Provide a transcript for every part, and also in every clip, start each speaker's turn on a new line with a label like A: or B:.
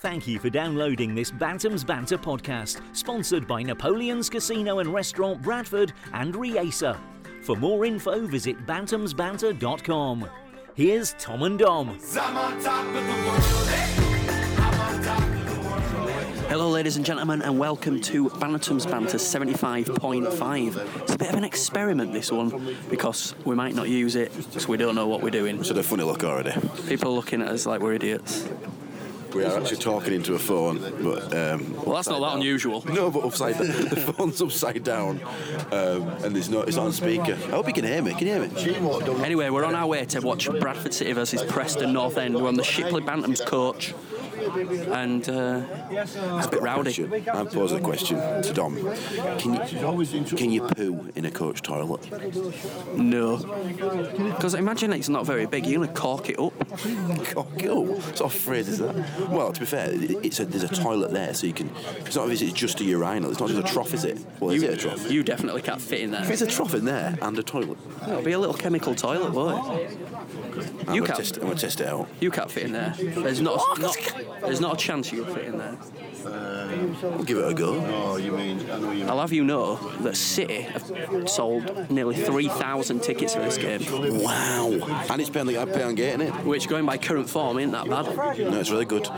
A: Thank you for downloading this Bantams Banter podcast, sponsored by Napoleon's Casino and Restaurant Bradford and Riesa. For more info, visit bantamsbanter.com. Here's Tom and Dom.
B: Hello, ladies and gentlemen, and welcome to Bantam's Banter 75.5. It's a bit of an experiment, this one, because we might not use it because we don't know what we're doing.
C: So they're funny look already.
B: People looking at us like we're idiots.
C: We are actually talking into a phone, but um,
B: Well, that's not that unusual.
C: no, but upside down. the phone's upside down, um, and there's no, it's not on speaker. I hope you can hear me. Can you hear me?
B: Anyway, we're on our way to watch Bradford City versus Preston North End. We're on the Shipley Bantams coach, and uh, it's a bit rowdy.
C: Question. I'm posing a question to Dom. Can you, can you poo in a coach toilet?
B: No. Because imagine it's not very big, you're going to cork it up.
C: Cock it up. Sort of afraid is that? Well, to be fair, it- it's a, there's a toilet there, so you can. It's not as if it's just a urinal. It's not just a trough, is it? Well, is it a trough?
B: You definitely can't fit in
C: If
B: there.
C: it's a trough in there and a toilet,
B: It'll be a little chemical toilet, won't it?
C: I'm
B: You
C: gonna
B: can't-
C: test, I'm gonna test it out.
B: You can't fit in there. There's not, a, not- there's not a chance you'll fit in there.
C: We'll give it a go.
B: I'll have you know that City have sold nearly 3,000 tickets for this game,
C: Wow! And it's Penley. I'd pay on getting it.
B: which, going by current form, ain't that bad.
C: No, it's really good.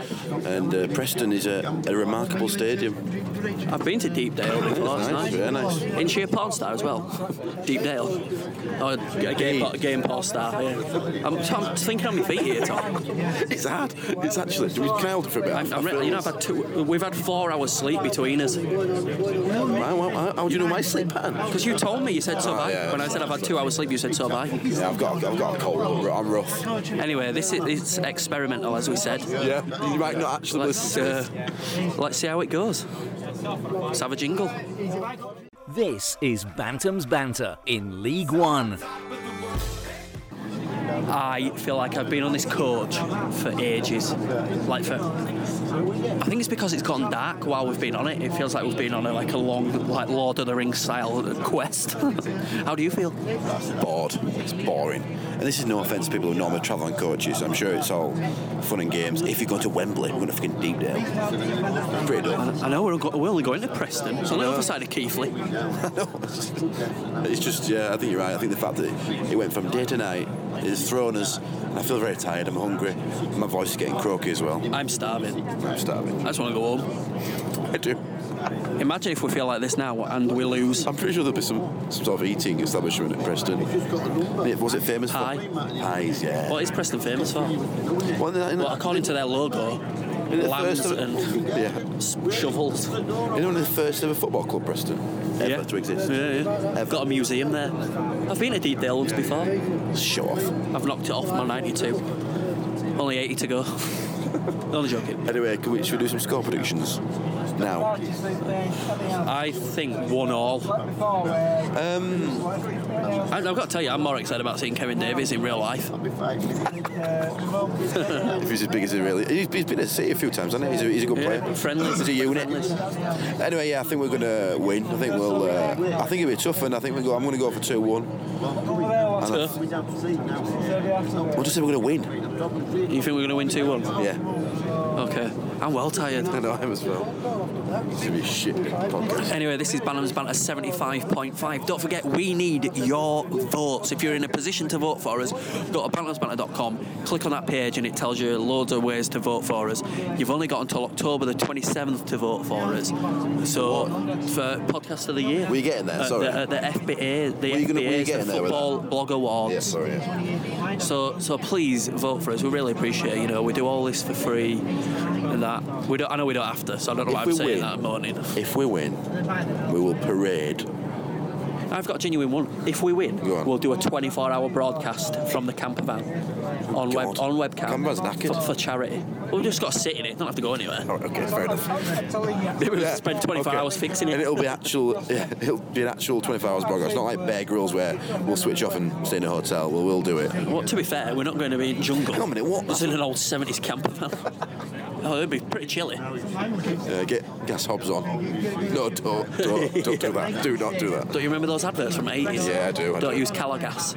C: And uh, Preston is a, a remarkable stadium.
B: I've been to Deepdale
C: It's
B: before, it's
C: nice,
B: nice.
C: very nice.
B: In sheer porn star as well. Deepdale. Oh, a game, por- game porn star, yeah. I'm, I'm thinking on my feet here, Tom.
C: It's hard. It's actually. Do we can I hold it for a bit?
B: I'm, I'm re- you know, I've had two, we've had four hours sleep between us.
C: Wow, wow, wow. How do you know my sleep pattern?
B: Because you told me, you said so
C: Ah,
B: bad.
C: yeah.
B: When I said I've had two hours sleep, you said so bad.
C: Yeah, I've got, I've got a cold. I'm rough.
B: Anyway, this is it's experimental, as we said.
C: Yeah, you might not actually
B: Let's
C: listen.
B: uh, let's see how it goes. Let's have a jingle.
A: This is Bantams Banter in League One.
B: I feel like I've been on this coach for ages. Like for, I think it's because it's gone dark while we've been on it. It feels like we've been on a, like a long, like Lord of the Rings style quest. how do you feel?
C: bored. It's boring. And this is no offence to people who normally travel on coaches. I'm sure it's all fun and games. If you go to Wembley, we're going to fucking deep down. Pretty dumb.
B: I know we're, go- we're only going to Preston. It's on the other side of Keighley.
C: No, it's just- it's just, yeah, I think you're right. I think the fact that it went from day to night is thrown us. And I feel very tired. I'm hungry. My voice is getting croaky as well.
B: I'm starving.
C: I'm
B: I
C: starving.
B: just want to go home.
C: I do.
B: Imagine if we feel like this now and we lose.
C: I'm pretty sure there'll be some, some sort of eating establishment at Preston. It- Was it famous
B: Pie.
C: for? Pies, yeah.
B: What is Preston famous for? Well,
C: Well, in the- in the-
B: according to their logo,
C: in the
B: lambs
C: first ever-
B: and
C: yeah.
B: s- shovels.
C: You know, the first ever football club, Preston, ever
B: Yeah.
C: to exist.
B: Yeah, yeah. I've got a museum there. I've been to Deepdale once before.
C: Show off.
B: I've knocked it off my 92. Only 80 to go. Only joking.
C: Anyway, can we, should we do some score predictions now?
B: I think one all.
C: Um,
B: I, I've got to tell you, I'm more excited about seeing Kevin Davies in real life.
C: If he's as big as he really he's, he's been at City a few times, hasn't he? He's a, he's a good
B: Yeah,
C: player.
B: friendlies.
C: He's a unit.
B: Friendlies.
C: Anyway, yeah, I think we're gonna win. I think we'll. Uh, I think it'll be tough, and I think we go. I'm gonna go for two one.
B: Tough.
C: I'll just say we're gonna win.
B: You think we're going to win 2 1?
C: Yeah,
B: Okay. I'm well tired.
C: I know I am as well. It's gonna be a shit podcast.
B: Anyway, this is Bannon's Banter 75.5. Don't forget, we need your votes. If you're in a position to vote for us, go to balancedbanter.com, click on that page, and it tells you loads of ways to vote for us. You've only got until October the 27th to vote for us. So, for Podcast of the Year.
C: Were you getting there?
B: at
C: Sorry.
B: The, at the FBA, the
C: Were you gonna- were you
B: FBA's,
C: getting
B: the
C: there with that?
B: Football Blog Awards.
C: Yeah, sorry. yeah.
B: So, so please vote for us. We really appreciate. it, You know, we do all this for free, and that we don't. I know we don't have to, so I don't know
C: If
B: why I'm
C: we
B: saying
C: win-
B: that morning.
C: If we win, we will parade.
B: I've got a genuine one. If we win,
C: Go on.
B: we'll do a 24-hour broadcast from the camper van on web
C: God.
B: on webcam
C: Campervan's knackered.
B: for, for charity. We've just got to sit in it. Don't have to go anywhere.
C: All right, Oh, okay, fair enough.
B: Maybe we'll
C: Yeah,
B: spend 24
C: okay.
B: hours fixing
C: And
B: it.
C: it'll be actual. Yeah, it'll be an actual 24 hours broadcast. It's not like Bear Grylls where we'll switch off and stay in a hotel. Well, we'll do it.
B: Well, to be fair, we're not going to be in jungle.
C: Hang on a minute, what?
B: It's in an old 70s camper van. oh, it'd be pretty chilly.
C: Uh, get gas hobs on. No, don't, don't, don't do that. Do not do that.
B: Don't you remember those adverts from the 80s?
C: Yeah, I do, I
B: Don't
C: do.
B: use calor gas.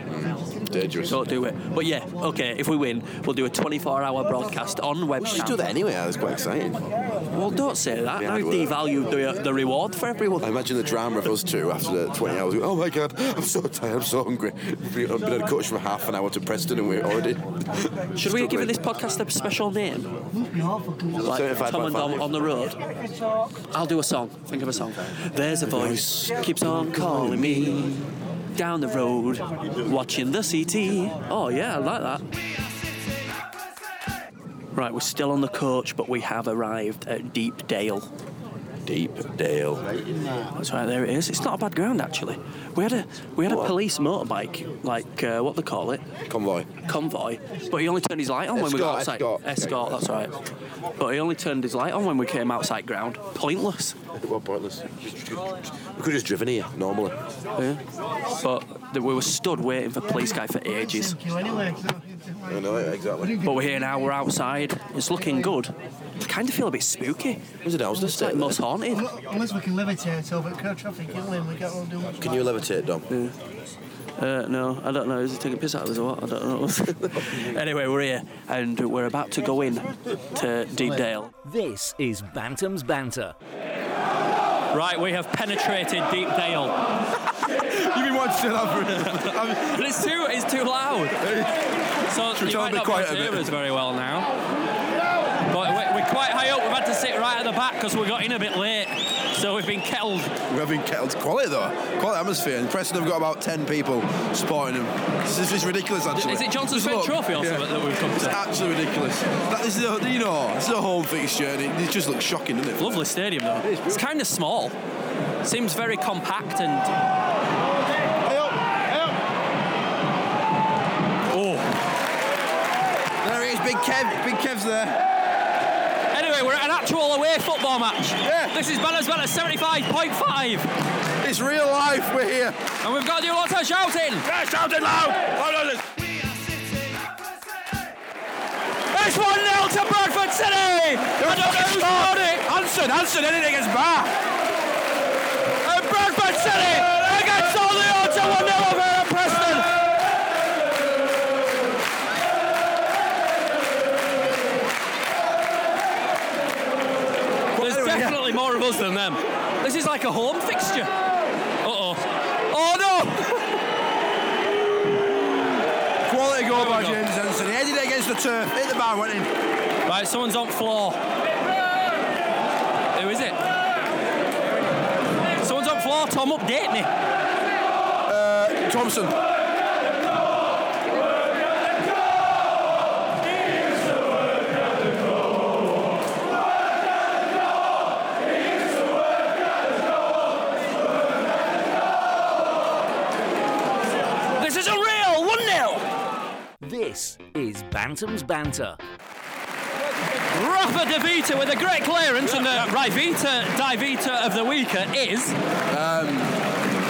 D: dangerous.
E: Don't do it. But yeah, okay, if we win, we'll do a 24 hour broadcast on
D: We
E: webcam.
D: should do that anyway. That was quite exciting.
E: Well, don't say that.
D: Yeah,
E: now
D: I'd
E: you've
D: do it.
E: devalued the, the reward for everyone.
D: I imagine the drama of us two after the 20 hours. Oh my god, I'm so tired, I'm so hungry. We've been on coach for half an hour to Preston and we're already.
E: Should we have given this podcast a special name? Like
D: 75
E: Tom and
D: by
E: Dom
D: five.
E: on the road. I'll do a song. Think of a song. There's a voice keeps on calling me down the road, watching the CT. Oh yeah, I like that. Right, we're still on the coach, but we have arrived at Deep Dale.
D: Deep Dale.
E: That's right, there it is. It's not a bad ground actually. We had a we had a police motorbike, like uh, what they call it,
D: Convoy.
E: convoy, but he only turned his light on when we got outside.
D: Escort, escort.
E: Escort, that's right. But he only turned his light on when we came outside ground. Pointless.
D: Well, pointless. We could have just driven here normally.
E: Yeah. But th- we were stood waiting for police guy for ages.
D: I know, exactly.
E: But we're here now, we're outside. It's looking good. I kind of feel a bit spooky.
D: There's an house
E: It's like most haunted.
F: Unless we can levitate over crowd traffic, can't we? We can't all do much.
D: Can you levitate, Dom?
E: Uh, no, I don't know. Is he taking piss out of us or what? I don't know. anyway, we're here and we're about to go in to Deep Dale.
A: This is Bantam's Banter.
B: Right, we have penetrated Deep Dale.
C: You've been watching that for
B: But it's too, it's too loud. So
C: we
B: you
C: try
B: might not
C: and be
B: be
C: quiet
B: able
C: a
B: to hear
C: bit?
B: us very well now. But we- we're quite high up. We've had to sit right at the back because we got in a bit late. So we've been kettled.
C: We're having kettles. Quality though, quality atmosphere. And Preston have got about ten people supporting them. This is just ridiculous, actually.
B: Is it Johnson's
C: Just
B: Fed
C: look.
B: Trophy or
C: Yeah.
B: something that we've come
C: It's
B: to?
C: absolutely ridiculous. That is the, you know, it's a home fixture, and it, it just looks shocking, doesn't it?
B: Lovely stadium though. It's kind of small. Seems very compact and. Oh.
C: There it is, Big Kev. Big Kev's there.
B: Anyway, we're at an actual away football match.
C: Yeah.
B: This is Banners Banner 75.5.
C: It's real life. We're here.
B: And we've got to do lots of shouting.
C: Yeah, shouting loud.
B: It's 1 0 to Bradford City. I don't know who's scored it.
C: Hanson, Hanson, anything is bar.
B: And Bradford City against all the odds at 1 0 over at Preston. There's
C: Anyway, yeah.
B: definitely more of us than them. This is like a home fixture. Uh oh. Oh no!
C: Quality goal by
B: we go.
C: James Hanson. He headed it against the turf, hit the bar, went in.
B: Right, someone's on floor. Who is it? Someone's on floor, Tom, update me.
C: Thompson.
B: This is a real 1 0.
A: This is Bantam's Banter.
B: Rafa De Vita with a great clearance, and the Rivita Divita of the week is.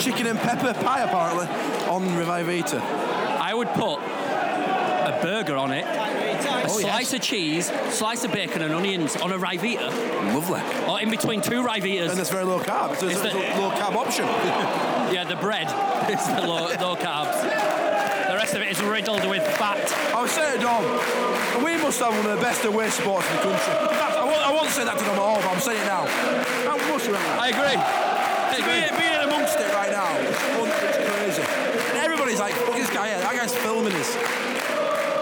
C: Chicken and pepper pie, apparently, on Revivita.
B: I would put a burger on it, a slice of cheese, slice of bacon, and onions on a Rivita,
C: Lovely.
B: or in between two
C: And
B: Rivitas.
C: that's very low carb, so it's,
B: Is
C: it's
B: that-
C: a low carb option.
B: Yeah, the bread is the low, low carbs. The rest of it is riddled with fat.
C: I was saying to Dom, um, we must have one of the best away sports in the country. In fact, I won't, I won't say that to Dom at all, but I'm saying it now. How much we have.
B: I agree.
C: Being, being amongst it right now, it's, fun, it's crazy. And everybody's like, fuck this guy, yeah, that guy's filming us.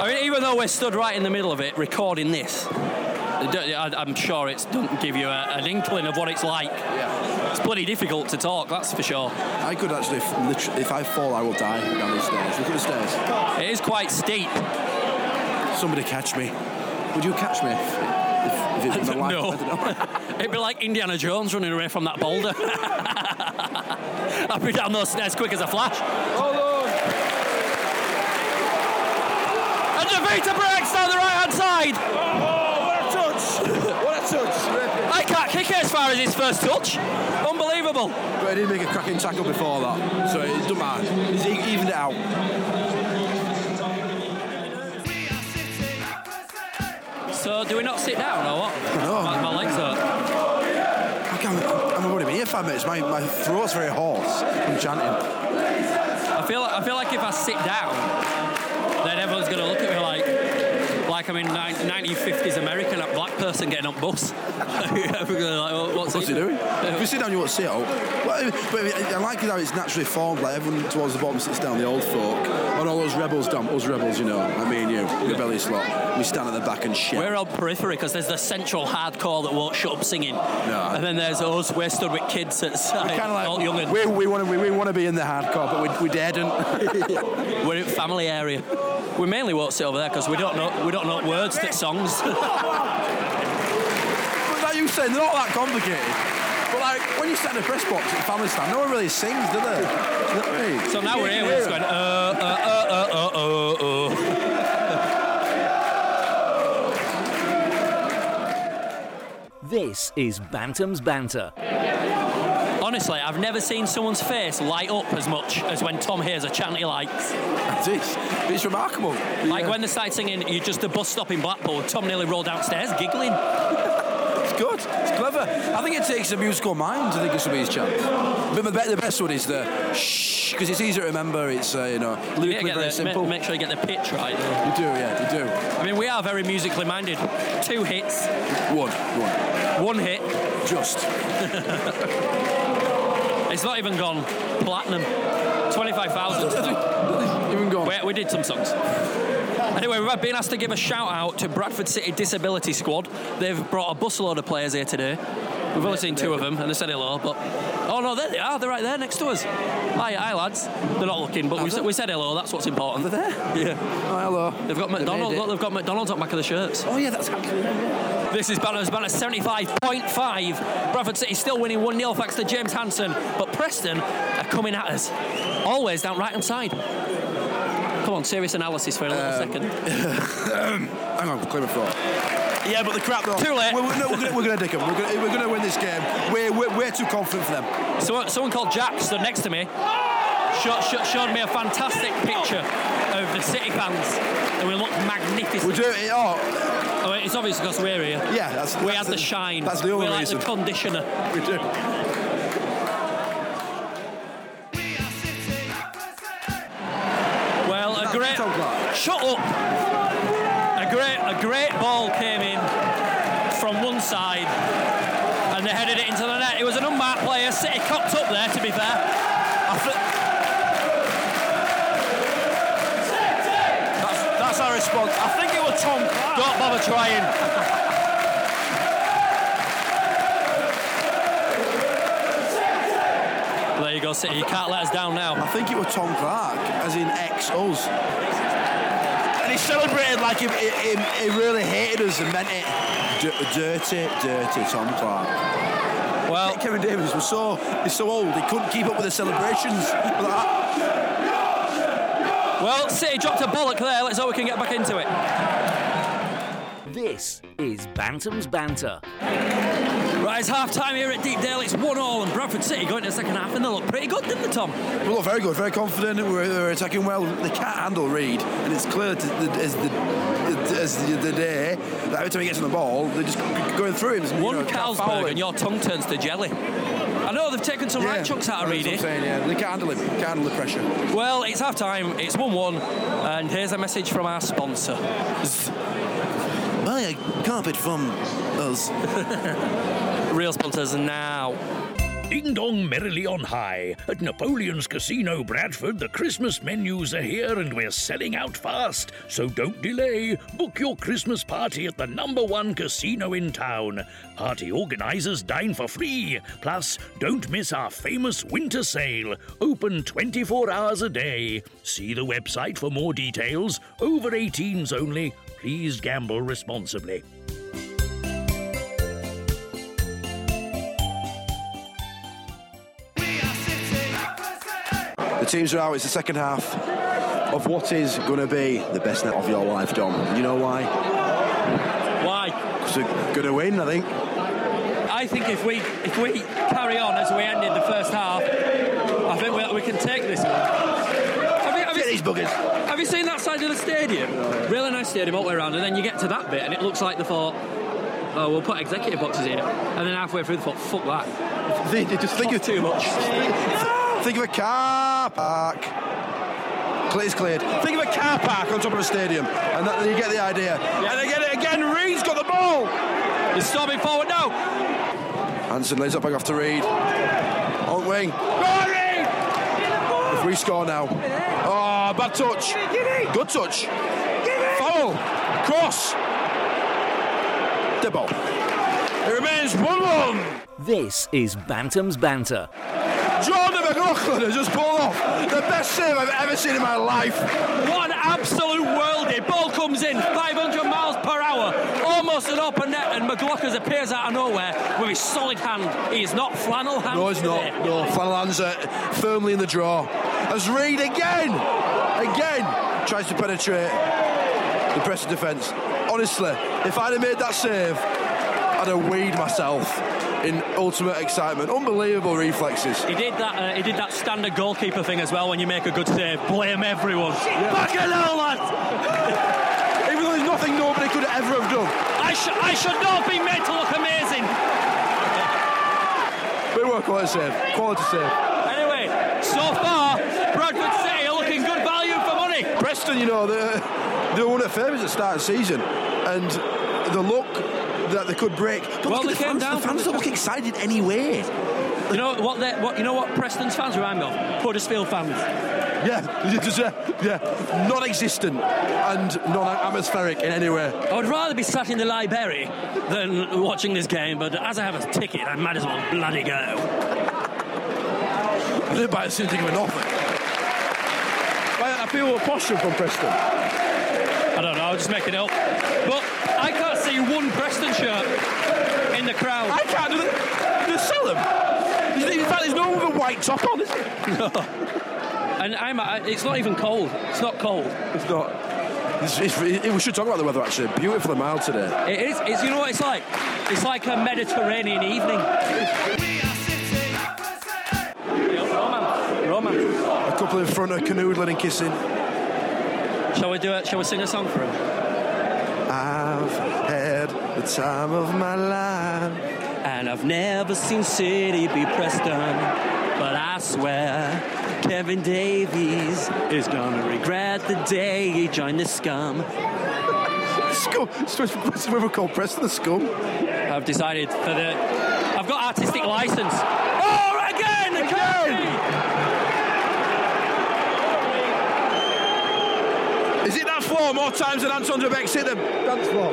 B: I mean, even though we're stood right in the middle of it, recording this, it don't- I- I'm sure it doesn't give you a, an inkling of what it's like.
C: Yeah.
B: It's bloody difficult to talk, that's for sure.
C: I could actually, if, literally- if I fall, I will die down these stairs. Look at the stairs.
B: It is quite steep.
C: Somebody catch me. Would you catch me if, if, if it was my life?
B: No.
C: I don't know.
B: It'd be like Indiana Jones running away from that boulder. I'd be down those stairs quick as a flash. And Davita breaks down the right hand side.
C: what a touch!
B: I can't kick it as far as his first touch. Unbelievable.
C: But he did make a cracking tackle before that, so it doesn't matter. He's e- evened it out.
B: So, do we not sit down or what?
C: No.
B: My, my legs hurt.
C: I can't, I'm already been here five minutes. My, my throat's very hoarse from chanting.
B: I feel, like, I feel like if I sit down, then everyone's going to look at me like, like I'm in nine- 1950s America, that black person getting on bus. Everyone's going to be like, "Well, what's,
C: What's he doing? If you sit down, you won't sit out. Well, but I like it how it's naturally formed. Like everyone towards the bottom sits down, the old folk, and all those rebels down. Us rebels, you know. I mean, you, rebellious lot. We stand at the back and shout.
B: We're on periphery because there's the central hardcore that won't shut up singing, and then there's us. We're stood with kids at side,
C: kind of
B: all
C: like
B: young and
C: we, we want to we, we want to be in the hardcore, but we, we daren't.
B: We're in family area. We mainly won't sit over there because we don't know we don't know words to songs.
C: But like you said, they're not that complicated. But like when you sit in a press box at the family stand, no one really sings, do they? Do you know what I mean?
B: so now we're here. We're just going uh uh uh uh uh uh. uh.
A: This is Bantam's Banter.
B: Honestly, I've never seen someone's face light up as much as when Tom hears a chant he likes.
C: It is. It's remarkable.
B: Like when they started singing, "You're just a bus stop in Blackpool." Tom nearly rolled downstairs giggling.
C: It's good. It's clever. I think it takes a musical mind to think of somebody's chants. But the, be- the best one is the shh, because it's easier to remember. It's uh, you know
B: You
C: lyrically
B: get
C: very
B: the, ma-
C: simple.
B: make sure you get the pitch right.
C: You do, yeah, you do.
B: I mean, we are very musically minded. Two hits,
C: One, one,
B: one hit.
C: just.
B: It's not even gone platinum. Twenty-five thousand.
C: Even gone.
B: We, we did some songs. Anyway, we've been asked to give a shout out to Bradford City Disability Squad. They've brought a busload of players here today. We've only seen two of them, and they said hello. But oh no, there they are. They're right there next to us. Hi, hi lads. They're not looking, but we, said- we said hello. That's what's important.
C: They're there.
B: Yeah,
C: Oh, hello.
B: they've got McDonald's.
C: made it.
B: Look, they've got McDonald's on the back of the shirts.
C: Oh yeah, that's actually.
B: This is Banners Banner 75.5. Bradford City still winning 1 0 thanks to James Hanson, but Preston are coming at us. Always down right hand side. Come on, serious analysis for a little
C: Um,
B: second.
C: Hang on, clear my throat. Yeah, but the crap though.
B: Too late.
C: We're, we're, no, we're, gonna, we're gonna dick them. We're gonna, we're gonna win this game. We're, we're, we're too confident for them.
B: So, someone called Jack stood next to me, showed, showed, showed me a fantastic picture of the City fans, and we looked magnificent.
C: We do it. Oh,
B: I mean, it's obvious because we're here.
C: yeah. That's
B: We
C: that's
B: had the shine.
C: That's the only
B: We're like
C: reason.
B: the conditioner.
C: we do.
B: Well, a
C: That's
B: great.
C: Tom Clark.
B: Shut up! A great, a great ball came in from one side, and they headed it into the net. It was an unmarked player. City copped up there. To be fair, I thi-
C: That's, that's our response.
B: I think it was Tom. Clark. Don't bother trying. There you go, City. You can't let us down now.
C: I think it was Tom Clark, as in ex us. And he celebrated like he, he, he he really hated us and meant it. D- dirty, dirty Tom Clark.
B: Well,
C: Kevin Davies was so he's so old he couldn't keep up with the celebrations. Like that.
B: well, City dropped a bollock there. Let's hope we can get back into it.
A: This is Bantam's Banter.
B: Right, it's half time here at Deepdale. It's one all, and Bradford City going to the second half, and they look pretty good, didn't they, Tom?
C: We look very good, very confident. We're, we're attacking well. They can't handle Reed, and it's clear to, the, as the as the, the day that every time he gets on the ball, they're just g- going through him.
B: One
C: you know, can't foul
B: Carlsberg,
C: him.
B: and your tongue turns to jelly. I know they've taken some right chunks out of
C: that's what I'm
B: Reedy.
C: saying, yeah. They can't handle him. Can't handle the pressure.
B: Well, it's half time. It's one-one, and here's a message from our sponsor.
D: Buy a carpet from us.
B: Real sponsors now.
G: Ding dong merrily on high. At Napoleon's Casino, Bradford, the Christmas menus are here and we're selling out fast. So don't delay. Book your Christmas party at the number one casino in town. Party organisers dine for free. Plus, don't miss our famous winter sale. Open 24 hours a day. See the website for more details. Over 18s only. Please gamble responsibly.
C: The teams are out. It's the second half of what is going to be the best night of your life, Dom. You know why?
B: Why?
C: Because they're going to win, I think.
B: I think if we if we carry on as we ended the first half, I think we, we can take this one. Have you- have you-
C: Get these buggers.
B: Have you seen that side of the stadium? Really nice stadium all the way around, and then you get to that bit, and it looks like they thought, oh, we'll put executive boxes here. And then halfway through, they thought, fuck that.
C: They, they just think of
B: Too much.
C: Think of a car park. clear, it's cleared. Think of a car park on top of a stadium, and that, you get the idea. And they get it again. Reed's got the ball.
B: He's storming forward now.
C: Hanson lays it back off to Reed. On wing. Go Reed! If we score now. Oh, bad touch. Good touch. Foul. Cross. The ball. It remains 1 1.
A: This is Bantam's Banter.
C: Jordan McLaughlin has just pulled off the best save I've ever seen in my life.
B: What an absolute worldie. Ball comes in 500 miles per hour, almost an open net, and McLaughlin appears out of nowhere with his solid hand. He is not flannel hand.
C: No, he's not.
B: today.
C: No, Flanagan's uh, firmly in the draw. As Reed again, again tries to penetrate the pressing defence. Honestly, if I'd have made that save, I'd have weed myself in ultimate excitement. Unbelievable reflexes.
B: He did that. Uh, he did that standard goalkeeper thing as well. When you make a good save, blame everyone. Back it out, lads.
C: Even though there's nothing nobody could ever have done,
B: I, sh- I should not be made to look amazing.
C: we were quality save, quality save.
B: Anyway, so far, Bradford City are looking good value for money.
C: Preston, you know, they're, they were one of the favourites at the start of the season, and the look that they could break. But
B: Well,
C: look at
B: they
C: the
B: came
C: fans,
B: down
C: the
B: from
C: fans
B: the-
C: don't look excited anyway.
B: You know what? they- What you know what? Preston's fans remind me of Huddersfield fans.
C: Yeah, just, uh, yeah, non-existent and non-atmospheric in any way.
B: I would rather be sat in the library than watching this game, but as I have a ticket, I might as well bloody go.
C: I didn't buy a single thing of an offer. I feel a posture from Preston.
B: I don't know, I'll just make it up. But I can't see one Preston shirt in the crowd.
C: I can't do that. They sell them. In fact, there's no one with a white top on. Is there?
B: and I'm, I- it's not even cold. It's not cold.
C: It's not. It's, it's, it, we should talk about the weather actually. Beautiful mild today.
B: It is, it's, you know what it's like? It's like a Mediterranean evening. Romance. Romance.
C: A couple in front of canoodling and kissing.
B: Shall we do it? Shall we sing a song for him?
C: I've had the time of my life.
B: And I've never seen City be Preston, but I swear Kevin Davies is gonna regret the day he joined the scum.
C: Scum. It's- We were called Preston the Scum.
B: I've decided for the. I've got artistic license. Oh, again! The again!
C: Is it that four more times than Anton de Beck's hit the dance floor?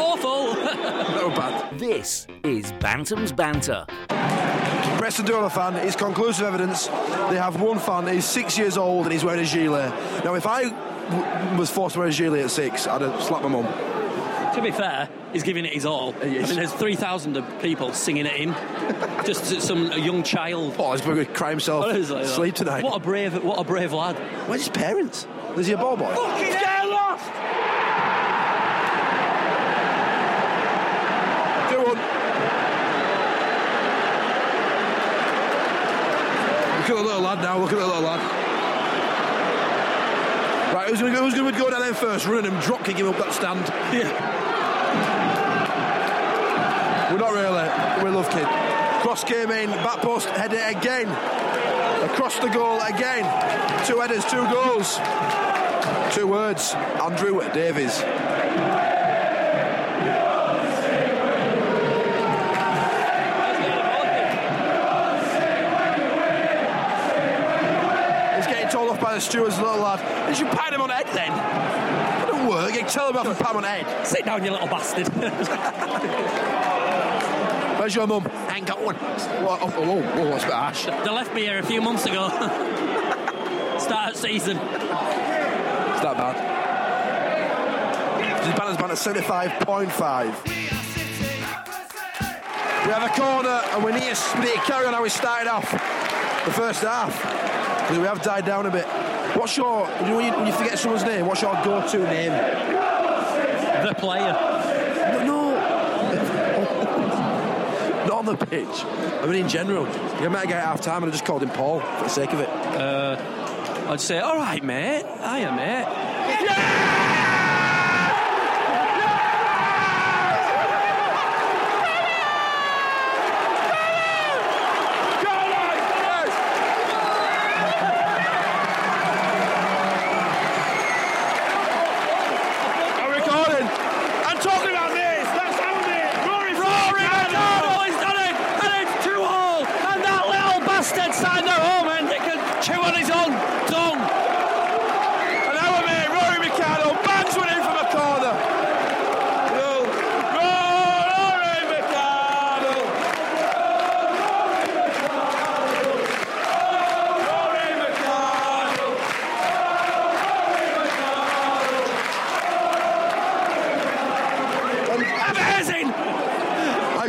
B: Awful!
C: that was bad.
A: This is Bantam's Banter.
C: Preston Doyle fan is conclusive evidence. They have one fan, he's six years old and he's wearing a gilet. Now, if I w- was forced to wear a gilet at six, I'd have slapped my mum.
B: To be fair, he's giving it his all. I
C: is.
B: mean, there's 3,000 of people singing at him. Just s- some a young child.
C: Oh, he's going to cry himself
B: What is that?
C: sleep tonight.
B: What a brave, what a brave lad.
C: Where's his parents? Is he a ball boy?
B: Get lost!
C: 2 1. Look at the little lad now, look at the little lad. Right, who's going to who's gonna go down there first? Running him, drop kicking him up that stand. Yeah. We're not really. We love kid. Cross came in, back post, header again. Across the goal again. Two headers, two goals. Two words. Andrew Davies. He's getting told off by the stewards, little lad. They should pat him on the head then. That don't work. You tell him off and pat him on the head.
B: Sit down, you little bastard.
C: Where's your mum? I ain't got one. Well, oh, oh, oh, oh, that's a bit harsh.
B: they left me here a few months ago. Start of season.
C: It's that bad. His balance band at 75.5. We have a corner and we need to, we need to carry on how we started off the first half. 'Cause We have died down a bit. What's your, you know, when you, when you forget someone's name, what's your go to name?
B: The player.
C: No, no. Not on the pitch. I mean, in general. You met a guy at half time and I just called him Paul for the sake of it.
B: I'd say, all right, mate. Hiya, mate. Oh,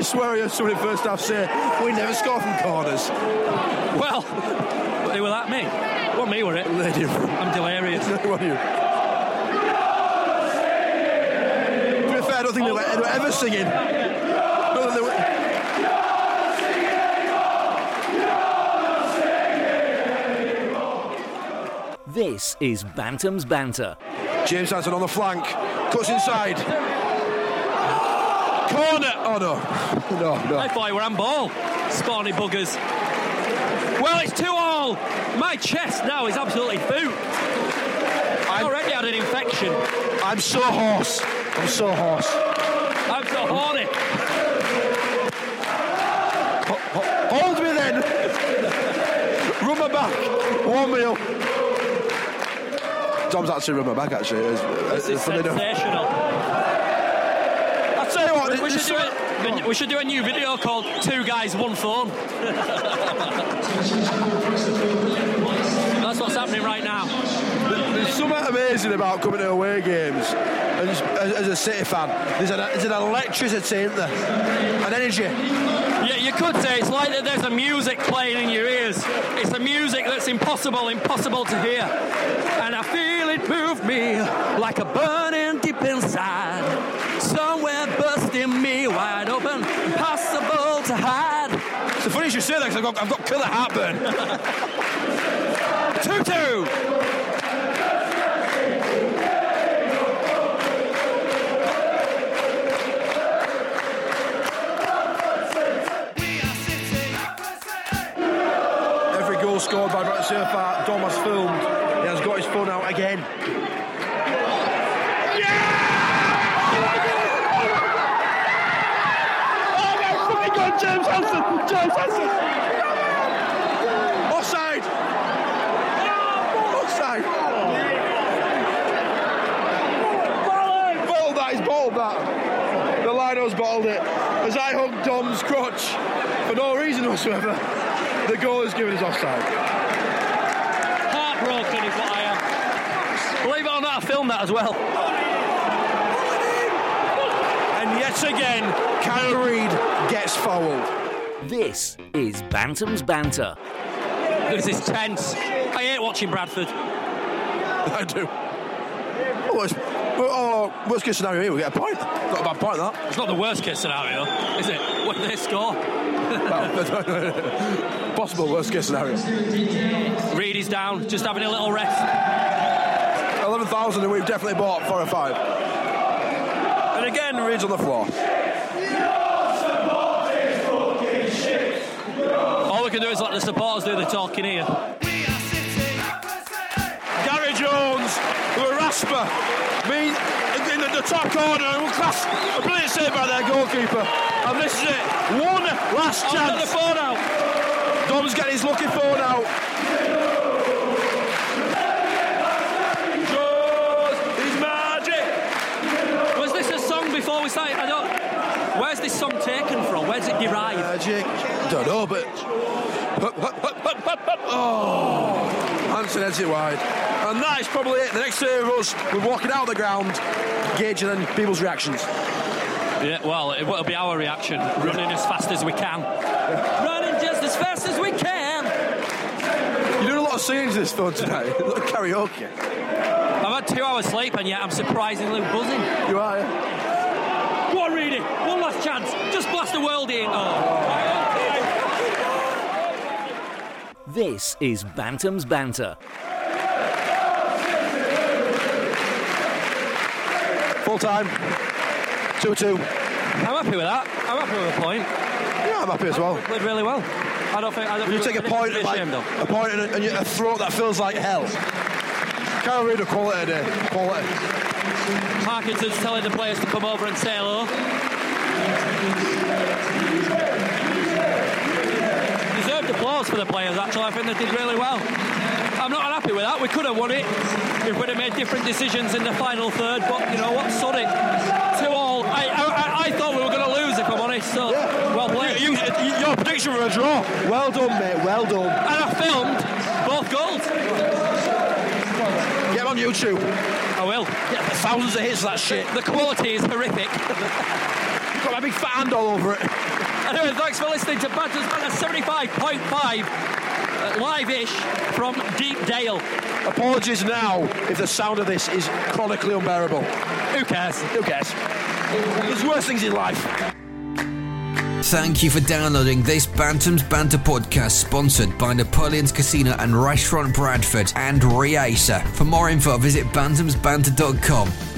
C: swear I heard somebody first half say, we never score from corners.
B: Well, they were at me. What me were it?
C: They did.
B: I'm delirious.
C: What are you? To be fair, I don't think they were, they were ever singing. No, they were-
A: This is Bantam's Banter.
C: James Hanson on the flank, cuts inside. Corner! Oh no, no,
B: I
C: no.
B: thought you were handball. Spawny buggers. Well, it's two all. My chest now is absolutely boot. I already had an infection.
C: I'm so hoarse. I'm so hoarse.
B: I'm so horny.
C: Ho- ho- Hold me then. Run my back. Warm me up. Tom's actually run my back. Actually, It was-
B: This is
C: it's funny enough.
B: sensational.
C: I tell you what,
B: We should,
C: this-
B: do a, we should do a new video called Two Guys, One Phone. That's what's happening right now.
C: There's something amazing about coming to away games. And as, as a City fan, there's an, there's an electricity, isn't there? An energy.
B: Yeah, you could say it's like that there's a music playing in your ears. It's a music that's impossible, impossible to hear. And I feel it move me like a burning deep inside. Somewhere bursting me wide open, impossible to hide.
C: It's funny you should say that because I've got, I've got killer heartburn.
B: Tutu!
C: Every goal scored by Brett so far, Dom has filmed. He has got his phone out again. Offside! Offside! Ball, that is ball, that. The Lino's balled it. As I hug Dom's crotch for no reason whatsoever, the goal is given as offside.
B: Heartbroken is what I am. Believe it or not, I filmed that as well.
C: And yet again, Kyle Reid gets fouled.
A: This is Bantam's Banter.
B: This is tense. I hate watching Bradford.
C: I do. Oh, it's, oh, worst case scenario here, we get a point. Not a bad point, that.
B: It's not the worst case scenario, is it? When they score,
C: Possible worst case scenario.
B: Reed is down, just having a little rest.
C: 11,000 and we've definitely bought four or five. And again, Reid's on the floor.
B: All we can do is let the supporters do the talking here. Oh,
C: Gary Jones, with a rasper, me in the, the top corner, and we'll class a brilliant save by their goalkeeper. And this is it, one last
B: Oh,
C: chance.
B: get the phone out.
C: Dom's getting his lucky phone out.
B: Was this a song before we started? I don't. Where's this song taken from? Where's it derived?
C: Magic. Don't know, but. Hup, hup, hup, hup, hup, hup. Oh! Hansen heads it wide. And that is probably it. The next three of us, we're walking out of the ground, gauging then people's reactions.
B: Yeah, well, it will be our reaction. Running as fast as we can. Running just as fast as we can.
C: You're doing a lot of scenes this film today. a lot of karaoke.
B: I've had two hours sleep and yet I'm surprisingly buzzing.
C: You are, yeah?
B: Go on, Reedy. One last chance. Just blast the world in. Oh.
A: This is Bantam's Banter.
C: Full time. 2 2.
B: I'm happy with that. I'm happy with a point.
C: Yeah, I'm happy as well.
B: Played really well. I don't think. I don't
C: When you
B: think
C: take a
B: we- we
C: point,
B: should
C: and
B: be
C: like,
B: ashamed of.
C: a point and, a, and you- a throat that feels like hell. Can't read a quality today. Quality.
B: Parkinson's telling the players to come over and say hello. Deserved applause for the players. Actually, I think they did really well. I'm not unhappy with that. We could have won it if we'd have made different decisions in the final third. But you know what? Sod it. Two all. I, I, I- I thought we were going to lose. If I'm honest. So
C: Yeah.
B: well played.
C: You- you- your prediction for a draw. Well done, mate. Well
B: and
C: done.
B: I filmed both goals.
C: Get him on YouTube.
B: I will.
C: Thousands of hits of that shit.
B: The quality is horrific.
C: Got my big fat hand all over it.
B: anyway, thanks for listening to Bantam's Banter 75.5 uh, live ish from Deep Dale.
C: Apologies now if the sound of this is chronically unbearable.
B: Who cares?
C: Who cares? There's worse things in life.
H: Thank you for downloading this Bantam's Banter podcast, sponsored by Napoleon's Casino and Restaurant Bradford and Reacer. For more info, visit bantamsbanter.com.